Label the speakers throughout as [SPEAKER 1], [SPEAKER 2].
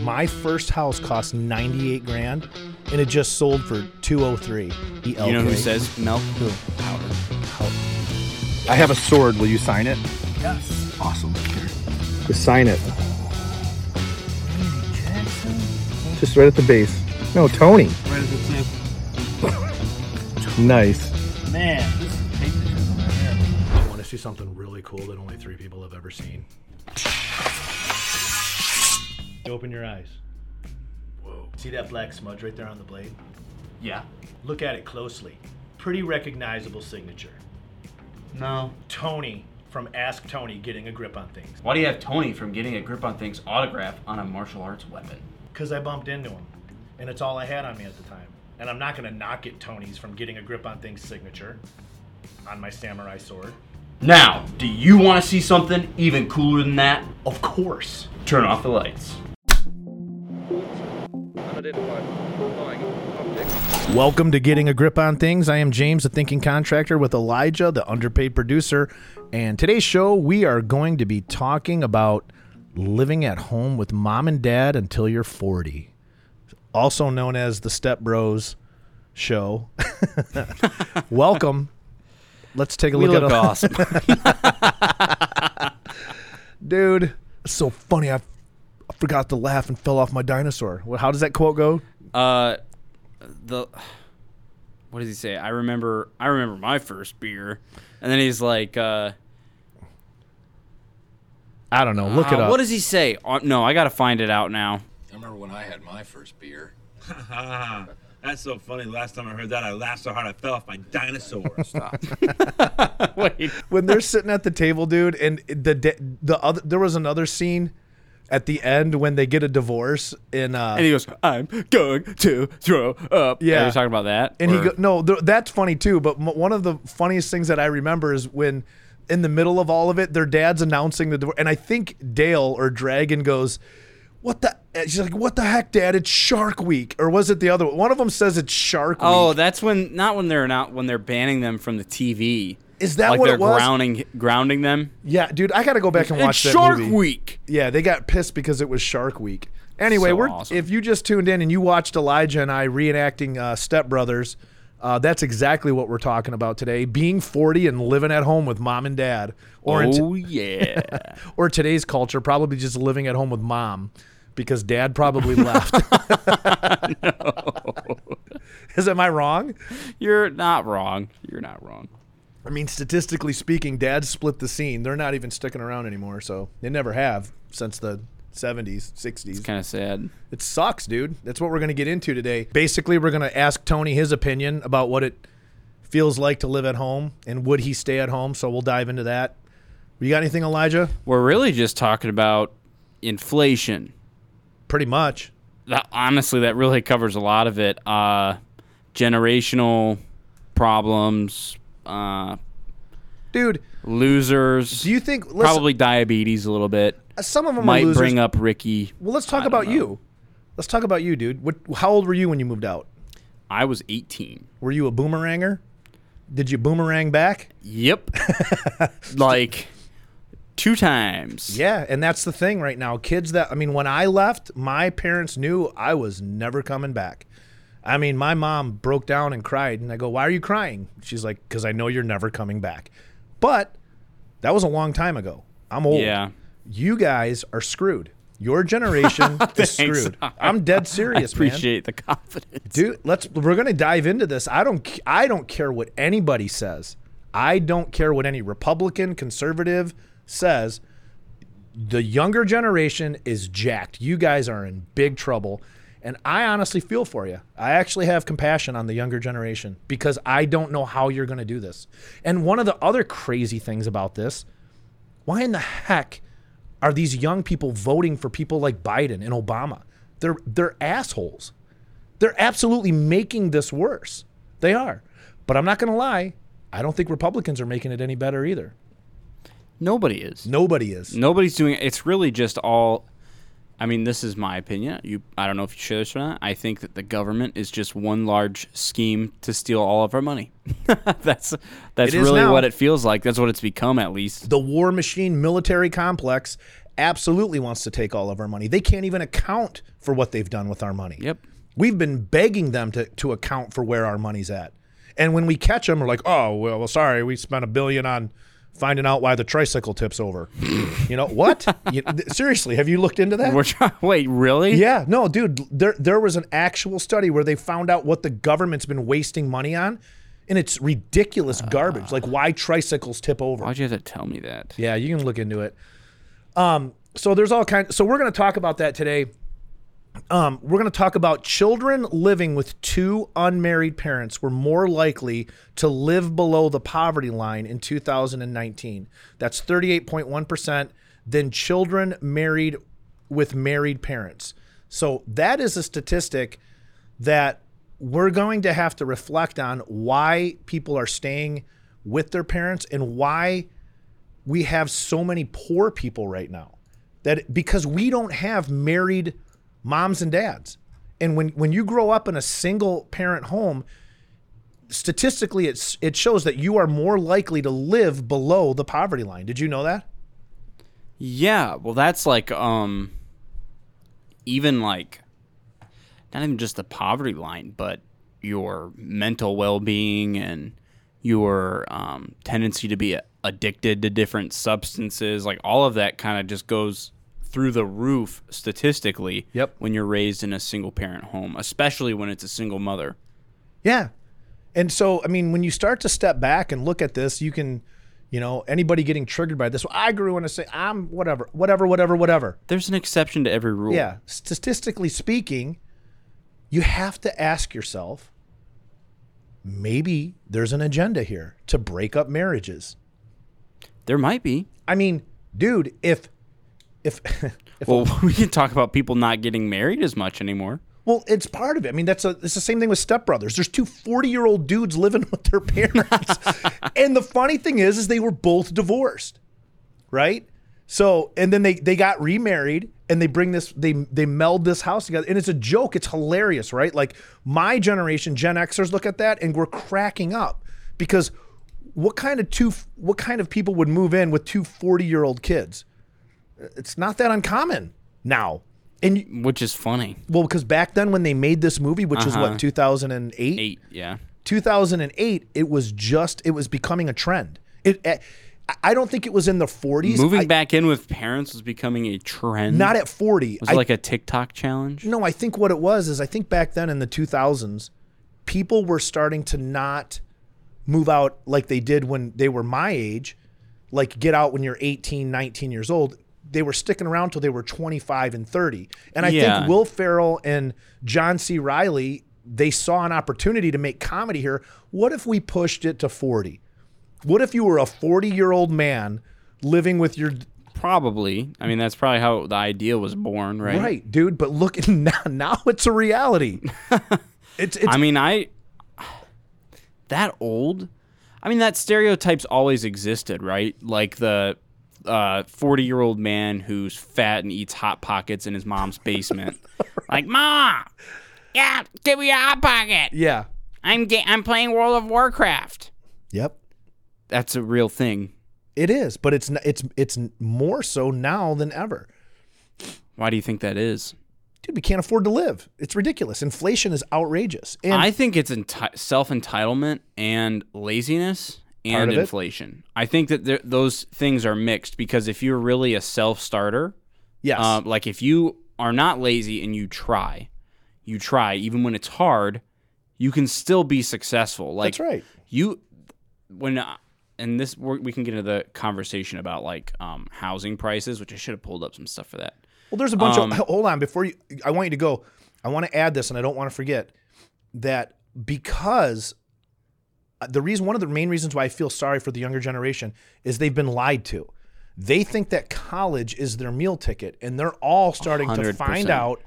[SPEAKER 1] My first house cost 98 grand and it just sold for 203. The
[SPEAKER 2] You know who
[SPEAKER 1] Elkhorn.
[SPEAKER 2] says milk? Who? Howard.
[SPEAKER 3] I have a sword. Will you sign it?
[SPEAKER 1] Yes.
[SPEAKER 3] Awesome. Here. Just sign it. Just right at the base. No, Tony.
[SPEAKER 4] Right at the tip.
[SPEAKER 3] Nice.
[SPEAKER 4] Man, this is patriotism right here.
[SPEAKER 5] I want to see something really cool that only three people have ever seen. Open your eyes. Whoa. See that black smudge right there on the blade?
[SPEAKER 2] Yeah.
[SPEAKER 5] Look at it closely. Pretty recognizable signature.
[SPEAKER 4] No.
[SPEAKER 5] Tony from Ask Tony getting a grip on things.
[SPEAKER 2] Why do you have Tony from getting a grip on things autograph on a martial arts weapon?
[SPEAKER 5] Because I bumped into him, and it's all I had on me at the time. And I'm not going to knock it Tony's from getting a grip on things signature on my samurai sword.
[SPEAKER 2] Now, do you want to see something even cooler than that?
[SPEAKER 5] Of course.
[SPEAKER 2] Turn off the lights.
[SPEAKER 1] Welcome to Getting a Grip on Things. I am James, the thinking contractor, with Elijah, the underpaid producer. And today's show, we are going to be talking about living at home with mom and dad until you're 40, also known as the Step Bros show. Welcome. Let's take a
[SPEAKER 2] We
[SPEAKER 1] look
[SPEAKER 2] look
[SPEAKER 1] at a-
[SPEAKER 2] awesome.
[SPEAKER 1] dude. So funny. I, I forgot to laugh and fell off my dinosaur. Well, how does that quote go?
[SPEAKER 2] uh, the what does he say? I remember. I remember my first beer, and then he's like, uh,
[SPEAKER 1] I don't know. Look
[SPEAKER 2] uh,
[SPEAKER 1] it up.
[SPEAKER 2] What does he say? Uh, no, I gotta find it out now.
[SPEAKER 6] I remember when I had my first beer.
[SPEAKER 4] That's so funny. Last time I heard that, I laughed so hard I fell off my dinosaur.
[SPEAKER 2] Wait.
[SPEAKER 1] when they're sitting at the table, dude, and the da- the other there was another scene at the end when they get a divorce and uh
[SPEAKER 2] And he goes, "I'm going to throw up."
[SPEAKER 1] Yeah.
[SPEAKER 2] Are you talking about that?
[SPEAKER 1] and he
[SPEAKER 2] Or-
[SPEAKER 1] go, no th- that's funny too but m- one of the funniest things that i remember is when in the middle of all of it their dad's announcing the divorce and i think dale or dragon goes what the and she's like what the heck dad it's shark week or was it the other one one of them says it's shark week
[SPEAKER 2] Oh, that's when not when they're not when they're banning them from the TV.
[SPEAKER 1] Is that
[SPEAKER 2] like
[SPEAKER 1] what
[SPEAKER 2] they're
[SPEAKER 1] it was?
[SPEAKER 2] grounding grounding them?
[SPEAKER 1] yeah dude i gotta go back and
[SPEAKER 2] It's
[SPEAKER 1] watch that
[SPEAKER 2] Shark
[SPEAKER 1] movie.
[SPEAKER 2] Week.
[SPEAKER 1] yeah they got pissed because it was shark week anyway
[SPEAKER 2] So
[SPEAKER 1] we're
[SPEAKER 2] awesome.
[SPEAKER 1] if you just tuned in and you watched elijah and i reenacting uh, step brothers uh, that's exactly what we're talking about today being 40 and living at home with mom and dad or in t-
[SPEAKER 2] oh yeah. Oh.
[SPEAKER 1] or today's culture, probably just living at home with mom because dad probably left. Is am I wrong?
[SPEAKER 2] You're not wrong. You're not wrong.
[SPEAKER 1] I mean, statistically speaking, dad split the scene. They're not even sticking around anymore, so they never have since the 70s, 60s.
[SPEAKER 2] Kind of sad.
[SPEAKER 1] It sucks, dude. That's what we're going to get into today. Basically, we're going to ask Tony his opinion about what it feels like to live at home and would he stay at home, so we'll dive into that. You got anything, Elijah?
[SPEAKER 2] We're really just talking about inflation.
[SPEAKER 1] Pretty much.
[SPEAKER 2] That, honestly, that really covers a lot of it. Uh, generational problems, uh,
[SPEAKER 1] Dude,
[SPEAKER 2] losers,
[SPEAKER 1] do you think let's-
[SPEAKER 2] probably diabetes a little bit.
[SPEAKER 1] some of them are
[SPEAKER 2] Might
[SPEAKER 1] losers.
[SPEAKER 2] bring up Ricky.
[SPEAKER 1] Well, let's talk
[SPEAKER 2] I don't
[SPEAKER 1] about
[SPEAKER 2] know.
[SPEAKER 1] you. Let's talk about you, dude. What? How old were you when you moved out?
[SPEAKER 2] I was 18.
[SPEAKER 1] Were you a boomeranger? Did you boomerang back?
[SPEAKER 2] Yep. like two times.
[SPEAKER 1] Yeah, and that's the thing right now. Kids that I mean, when I left, my parents knew I was never coming back. I mean, my mom broke down and cried, and I go, "Why are you crying?" She's like, "Cause I know you're never coming back." But that was a long time ago. I'm old.
[SPEAKER 2] Yeah.
[SPEAKER 1] You guys are screwed. Your generation is screwed. I'm dead serious, man.
[SPEAKER 2] Appreciate the confidence.
[SPEAKER 1] dude let's we're gonna dive into this i don't c- i don't care what anybody says i don't care what any republican conservative says the younger generation is jacked you guys are in big trouble and i honestly feel for you i actually have compassion on the younger generation because i don't know how you're gonna do this and one of the other crazy things about this why in the heck are these young people voting for people like biden and obama they're they're assholes they're absolutely making this worse. They are. But I'm not going to lie. I don't think Republicans are making it any better either.
[SPEAKER 2] Nobody is.
[SPEAKER 1] Nobody is.
[SPEAKER 2] Nobody's doing it. It's really just all. I mean, this is my opinion. You, I don't know if you share this or not. I think that the government is just one large scheme to steal all of our money. that's
[SPEAKER 1] It
[SPEAKER 2] that's
[SPEAKER 1] is
[SPEAKER 2] really
[SPEAKER 1] now.
[SPEAKER 2] what it feels like. That's what it's become, at least.
[SPEAKER 1] The war machine military complex absolutely wants to take all of our money. They can't even account for what they've done with our money.
[SPEAKER 2] Yep.
[SPEAKER 1] We've been begging them to, to account for where our money's at. And when we catch them, we're like, oh, well, well sorry, we spent a billion on finding out why the tricycle tips over. you know, what? You- th- seriously, have you looked into that?
[SPEAKER 2] We're trying. Wait, really?
[SPEAKER 1] Yeah, no, dude, there there was an actual study where they found out what the government's been wasting money on, and it's ridiculous garbage. Like why tricycles tip over.
[SPEAKER 2] Why'd you have to tell me that?
[SPEAKER 1] Yeah, you can look into it. Um, so there's all kind. So we're going to talk about that today. Um, we're going to talk about children living with two unmarried parents were more likely to live below the poverty line in 2019. That's 38.1 percent than children married with married parents. So that is a statistic that we're going to have to reflect on why people are staying with their parents and why we have so many poor people right now that because we don't have married moms and dads and when when you grow up in a single parent home statistically it's it shows that you are more likely to live below the poverty line did you know that
[SPEAKER 2] Yeah. Well, that's like um, even like not even just the poverty line, but your mental well-being and your um, tendency to be addicted to different substances, like all of that, kind of just goes through the roof statistically.
[SPEAKER 1] Yep.
[SPEAKER 2] When you're raised in a single-parent home, especially when it's a single mother.
[SPEAKER 1] Yeah. And so, I mean, when you start to step back and look at this, you can, you know, anybody getting triggered by this. Well, I grew in a say I'm whatever, whatever, whatever, whatever.
[SPEAKER 2] There's an exception to every rule.
[SPEAKER 1] Yeah. Statistically speaking, you have to ask yourself maybe there's an agenda here to break up marriages.
[SPEAKER 2] There might be.
[SPEAKER 1] I mean, dude, if if if
[SPEAKER 2] Well, we can talk about people not getting married as much anymore.
[SPEAKER 1] Well, it's part of it. I mean, that's a, it's the same thing with stepbrothers. There's two 40 year old dudes living with their parents. and the funny thing is, is they were both divorced, right? So, and then they, they got remarried and they bring this, they, they meld this house together. And it's a joke. It's hilarious, right? Like my generation, Gen Xers look at that and we're cracking up because what kind of two, what kind of people would move in with two 40 year old kids? It's not that uncommon now. And you-
[SPEAKER 2] which is funny.
[SPEAKER 1] well, because back then when they made this movie, which was what 2008,
[SPEAKER 2] Uh-huh. Eight, yeah.
[SPEAKER 1] 2008, it was just it was becoming a trend. It, eh, I- I don't think it was in the 40s.
[SPEAKER 2] Moving
[SPEAKER 1] I-
[SPEAKER 2] back in with parents was becoming a trend.
[SPEAKER 1] not at 40.
[SPEAKER 2] was
[SPEAKER 1] I,
[SPEAKER 2] it like a TikTok challenge.
[SPEAKER 1] no, I think what it was is I think back then in the 2000s, people were starting to not move out like they did when they were my age, like get out when you're 18, 19 years old. They were sticking around till they were 25 and 30. And I
[SPEAKER 2] Yeah.
[SPEAKER 1] think Will Farrell and John C. Riley, they saw an opportunity to make comedy here. What if we pushed it to 40? What if you were a 40 year old man living with your
[SPEAKER 2] Probably. I mean, that's probably how the idea was born, right?
[SPEAKER 1] Right, dude. But look, now, now it's a reality. it's it's
[SPEAKER 2] I mean, I that old. I mean, that stereotype's always existed, right? Like the uh, forty-year-old man who's fat and eats hot pockets in his mom's basement. Like, ma, yeah, give me a hot pocket.
[SPEAKER 1] yeah.
[SPEAKER 2] I'm ga- I'm playing World of Warcraft.
[SPEAKER 1] Yep.
[SPEAKER 2] That's a real thing.
[SPEAKER 1] It is, but it's n- it's it's more so now than ever.
[SPEAKER 2] Why do you think that is?
[SPEAKER 1] Dude, we can't afford to live. It's ridiculous. Inflation is outrageous. And
[SPEAKER 2] I think it's enti- self entitlement and laziness
[SPEAKER 1] Part
[SPEAKER 2] and
[SPEAKER 1] of it.
[SPEAKER 2] inflation. I think that there- those things are mixed because if you're really a self starter,
[SPEAKER 1] yes.
[SPEAKER 2] uh, like if you are not lazy and you try, you try even when it's hard, you can still be successful. Like
[SPEAKER 1] that's right.
[SPEAKER 2] you when I- and this we're- we can get into the conversation about like um, housing prices, which I should have pulled up some stuff for that.
[SPEAKER 1] Well, there's a bunch of hold on before you. I want you to go. I want to add this, and I don't want to forget that because uh, the reason, one of the main reasons why I feel sorry for the younger generation is they've been lied to. They think that college is their meal ticket, and they're all starting to
[SPEAKER 2] 100%.
[SPEAKER 1] find out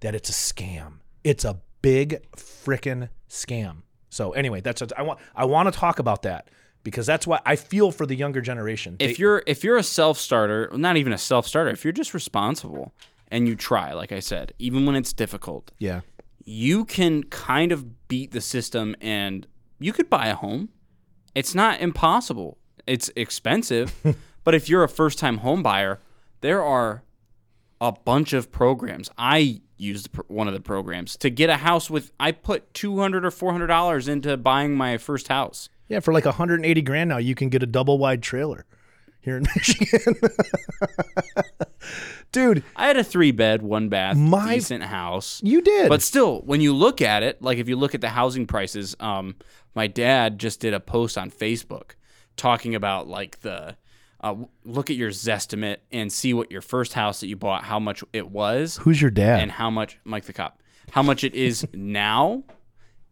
[SPEAKER 1] that it's a scam. It's a big frickin' scam. So anyway, that's what I want. I want to talk about that because that's why I feel for the younger generation. They-
[SPEAKER 2] if you're if you're a self starter, not even a self starter, if you're just responsible and you try, like I said, even when it's difficult,
[SPEAKER 1] yeah,
[SPEAKER 2] you can kind of beat the system and you could buy a home. It's not impossible. It's expensive, but if you're a first time home buyer, there are a bunch of programs. I used pr- one of the programs to get a house with. I put two hundred or four hundred dollars into buying my first house.
[SPEAKER 1] Yeah, for like 180 grand now, you can get a double wide trailer here in Michigan. Dude,
[SPEAKER 2] I had a three bed, one bath,
[SPEAKER 1] My-
[SPEAKER 2] decent house.
[SPEAKER 1] you did.
[SPEAKER 2] But still, when you look at it, like if you look at the housing prices, um, my dad just did a post on Facebook talking about like the uh, w- look at your zestimate and see what your first house that you bought, how much it was,
[SPEAKER 1] Who's your dad?
[SPEAKER 2] and how much Mike the cop, how much it is now,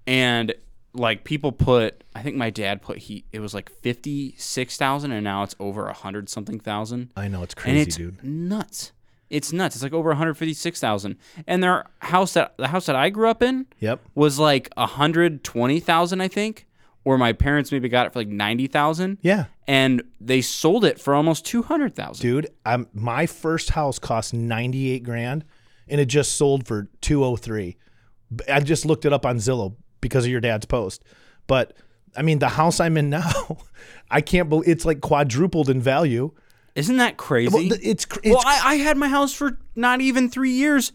[SPEAKER 2] and like people put, I think my dad put he it was like fifty six thousand, and now it's over a hundred something thousand
[SPEAKER 1] I know it's crazy,
[SPEAKER 2] and it's
[SPEAKER 1] dude.
[SPEAKER 2] nuts. It's nuts. It's like over 156,000. And their house that the house that I grew up in
[SPEAKER 1] Yep.
[SPEAKER 2] was like 120,000, I think, or my parents maybe got it for like 90,000.
[SPEAKER 1] Yeah.
[SPEAKER 2] And they sold it for almost 200,000.
[SPEAKER 1] Dude, I'm my first house cost 98 grand and it just sold for 203. B- I just looked it up on Zillow because of your dad's post. But I mean, the house I'm in now, I can't believe it's like quadrupled in value.
[SPEAKER 2] Isn't that crazy?
[SPEAKER 1] Well, th- it's, cr- it's
[SPEAKER 2] well, I, I had my house for not even three years,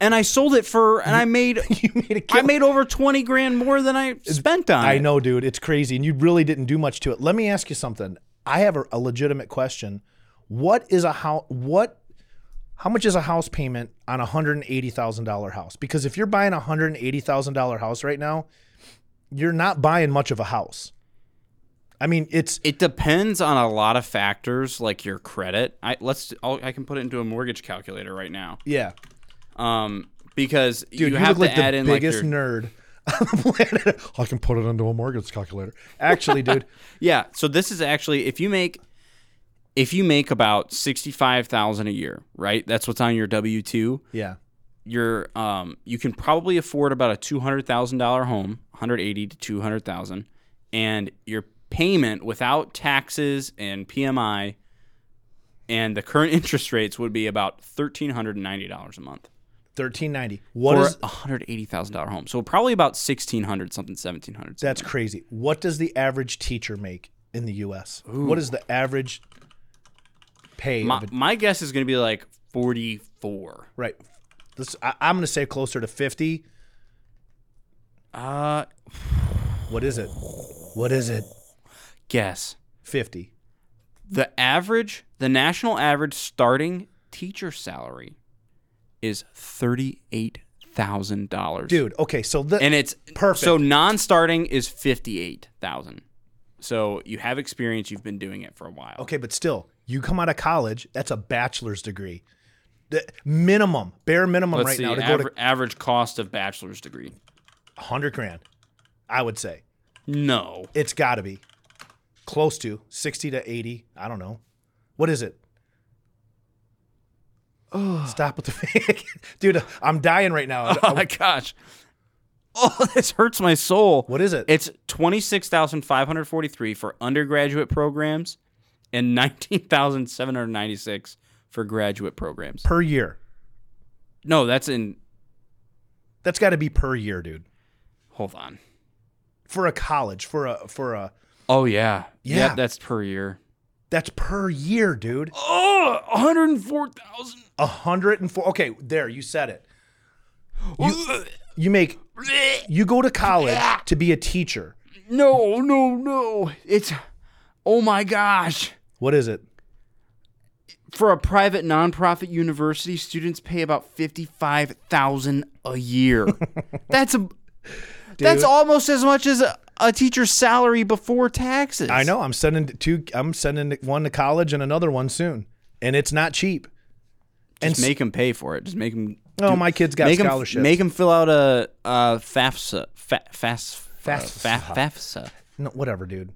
[SPEAKER 2] and I sold it for, and I made,
[SPEAKER 1] made a kill-
[SPEAKER 2] I made over twenty grand more than I spent on.
[SPEAKER 1] I
[SPEAKER 2] it.
[SPEAKER 1] know, dude. It's crazy. And you really didn't do much to it. Let me ask you something. I have a, a legitimate question. What is a house? What? How much is a house payment on a hundred and eighty thousand dollar house? Because if you're buying a hundred and eighty thousand dollar house right now, you're not buying much of a house. I mean, it's
[SPEAKER 2] It depends on a lot of factors, like your credit. I let's I'll, I can put it into a mortgage calculator right now,
[SPEAKER 1] yeah,
[SPEAKER 2] um, because
[SPEAKER 1] dude.
[SPEAKER 2] you,
[SPEAKER 1] You,
[SPEAKER 2] have
[SPEAKER 1] look like
[SPEAKER 2] to add
[SPEAKER 1] the
[SPEAKER 2] in like
[SPEAKER 1] biggest
[SPEAKER 2] your,
[SPEAKER 1] nerd on the planet. I can put it into a mortgage calculator. Actually, dude,
[SPEAKER 2] yeah. So this is actually if you make if you make about sixty five thousand a year, right? That's what's on your W two.
[SPEAKER 1] yeah,
[SPEAKER 2] Your um, you can probably afford about a two hundred thousand dollar home, one hundred eighty to two hundred thousand, and your payment without taxes and PMI. And the current interest rates would be about thirteen hundred and ninety dollars a month.
[SPEAKER 1] thirteen ninety. What
[SPEAKER 2] for
[SPEAKER 1] is
[SPEAKER 2] a hundred eighty thousand dollar home. So probably about sixteen hundred something, seventeen hundred.
[SPEAKER 1] That's crazy. What does the average teacher make in the U.S.? What is the average pay?
[SPEAKER 2] my,
[SPEAKER 1] of a,
[SPEAKER 2] my guess is going to be like forty four.
[SPEAKER 1] right. This, I, I'm going to say closer to 50.
[SPEAKER 2] Uh,
[SPEAKER 1] What is it? What is it?
[SPEAKER 2] guess
[SPEAKER 1] 50.
[SPEAKER 2] the average, the national average starting teacher salary is thirty eight thousand dollars,
[SPEAKER 1] Dude, okay, so the,
[SPEAKER 2] and it's
[SPEAKER 1] Perfect.
[SPEAKER 2] So non starting is fifty eight thousand. So you have experience, you've been doing it for a while.
[SPEAKER 1] okay, but still, you come out of college, that's a bachelor's degree. The minimum, bare minimum
[SPEAKER 2] Let's
[SPEAKER 1] right
[SPEAKER 2] see,
[SPEAKER 1] now to go
[SPEAKER 2] aver-
[SPEAKER 1] to
[SPEAKER 2] average cost of bachelor's degree.
[SPEAKER 1] 100 grand, I would say.
[SPEAKER 2] No.
[SPEAKER 1] It's got to be close to 60 to 80. I don't know. What is it? Stop with the fake. Dude, I'm dying right now.
[SPEAKER 2] Oh my gosh. Oh, this hurts my soul.
[SPEAKER 1] What is it?
[SPEAKER 2] It's 26,543 for undergraduate programs and 19,796 for graduate programs.
[SPEAKER 1] per year.
[SPEAKER 2] No, that's in
[SPEAKER 1] That's got to be per year, dude.
[SPEAKER 2] Hold on.
[SPEAKER 1] For a college, for a for a
[SPEAKER 2] Oh yeah.
[SPEAKER 1] Yeah.
[SPEAKER 2] Yep, that's per year.
[SPEAKER 1] that's per year, dude.
[SPEAKER 2] Oh, 104,000.
[SPEAKER 1] A hundred and four. Okay, there you said it. You make you go to college to be a teacher.
[SPEAKER 2] No, no, no. It's Oh my gosh.
[SPEAKER 1] What is it?
[SPEAKER 2] For a private nonprofit university, students pay about 55,000 a year. that's a That's
[SPEAKER 1] Dude.
[SPEAKER 2] almost as much as a, a teacher's salary before taxes.
[SPEAKER 1] I know. I'm sending two. I'm sending one to college and another one soon, and it's not cheap.
[SPEAKER 2] Just
[SPEAKER 1] s-
[SPEAKER 2] make them pay for it. Just make them.
[SPEAKER 1] No, Oh my kids got
[SPEAKER 2] make 'em-
[SPEAKER 1] scholarships.
[SPEAKER 2] make them fill out a, a FAFSA. Fa, FAS,
[SPEAKER 1] FAFSA.
[SPEAKER 2] FAFSA. FAFSA.
[SPEAKER 1] no, whatever, dude.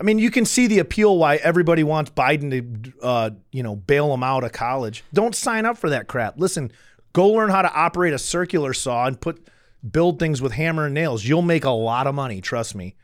[SPEAKER 1] I mean, you can see the appeal why everybody wants Biden to, uh, you know, bail them out of college. Don't sign up for that crap. Listen, go learn how to operate a circular saw and put build things with hammer and nails. You'll make a lot of money, trust me.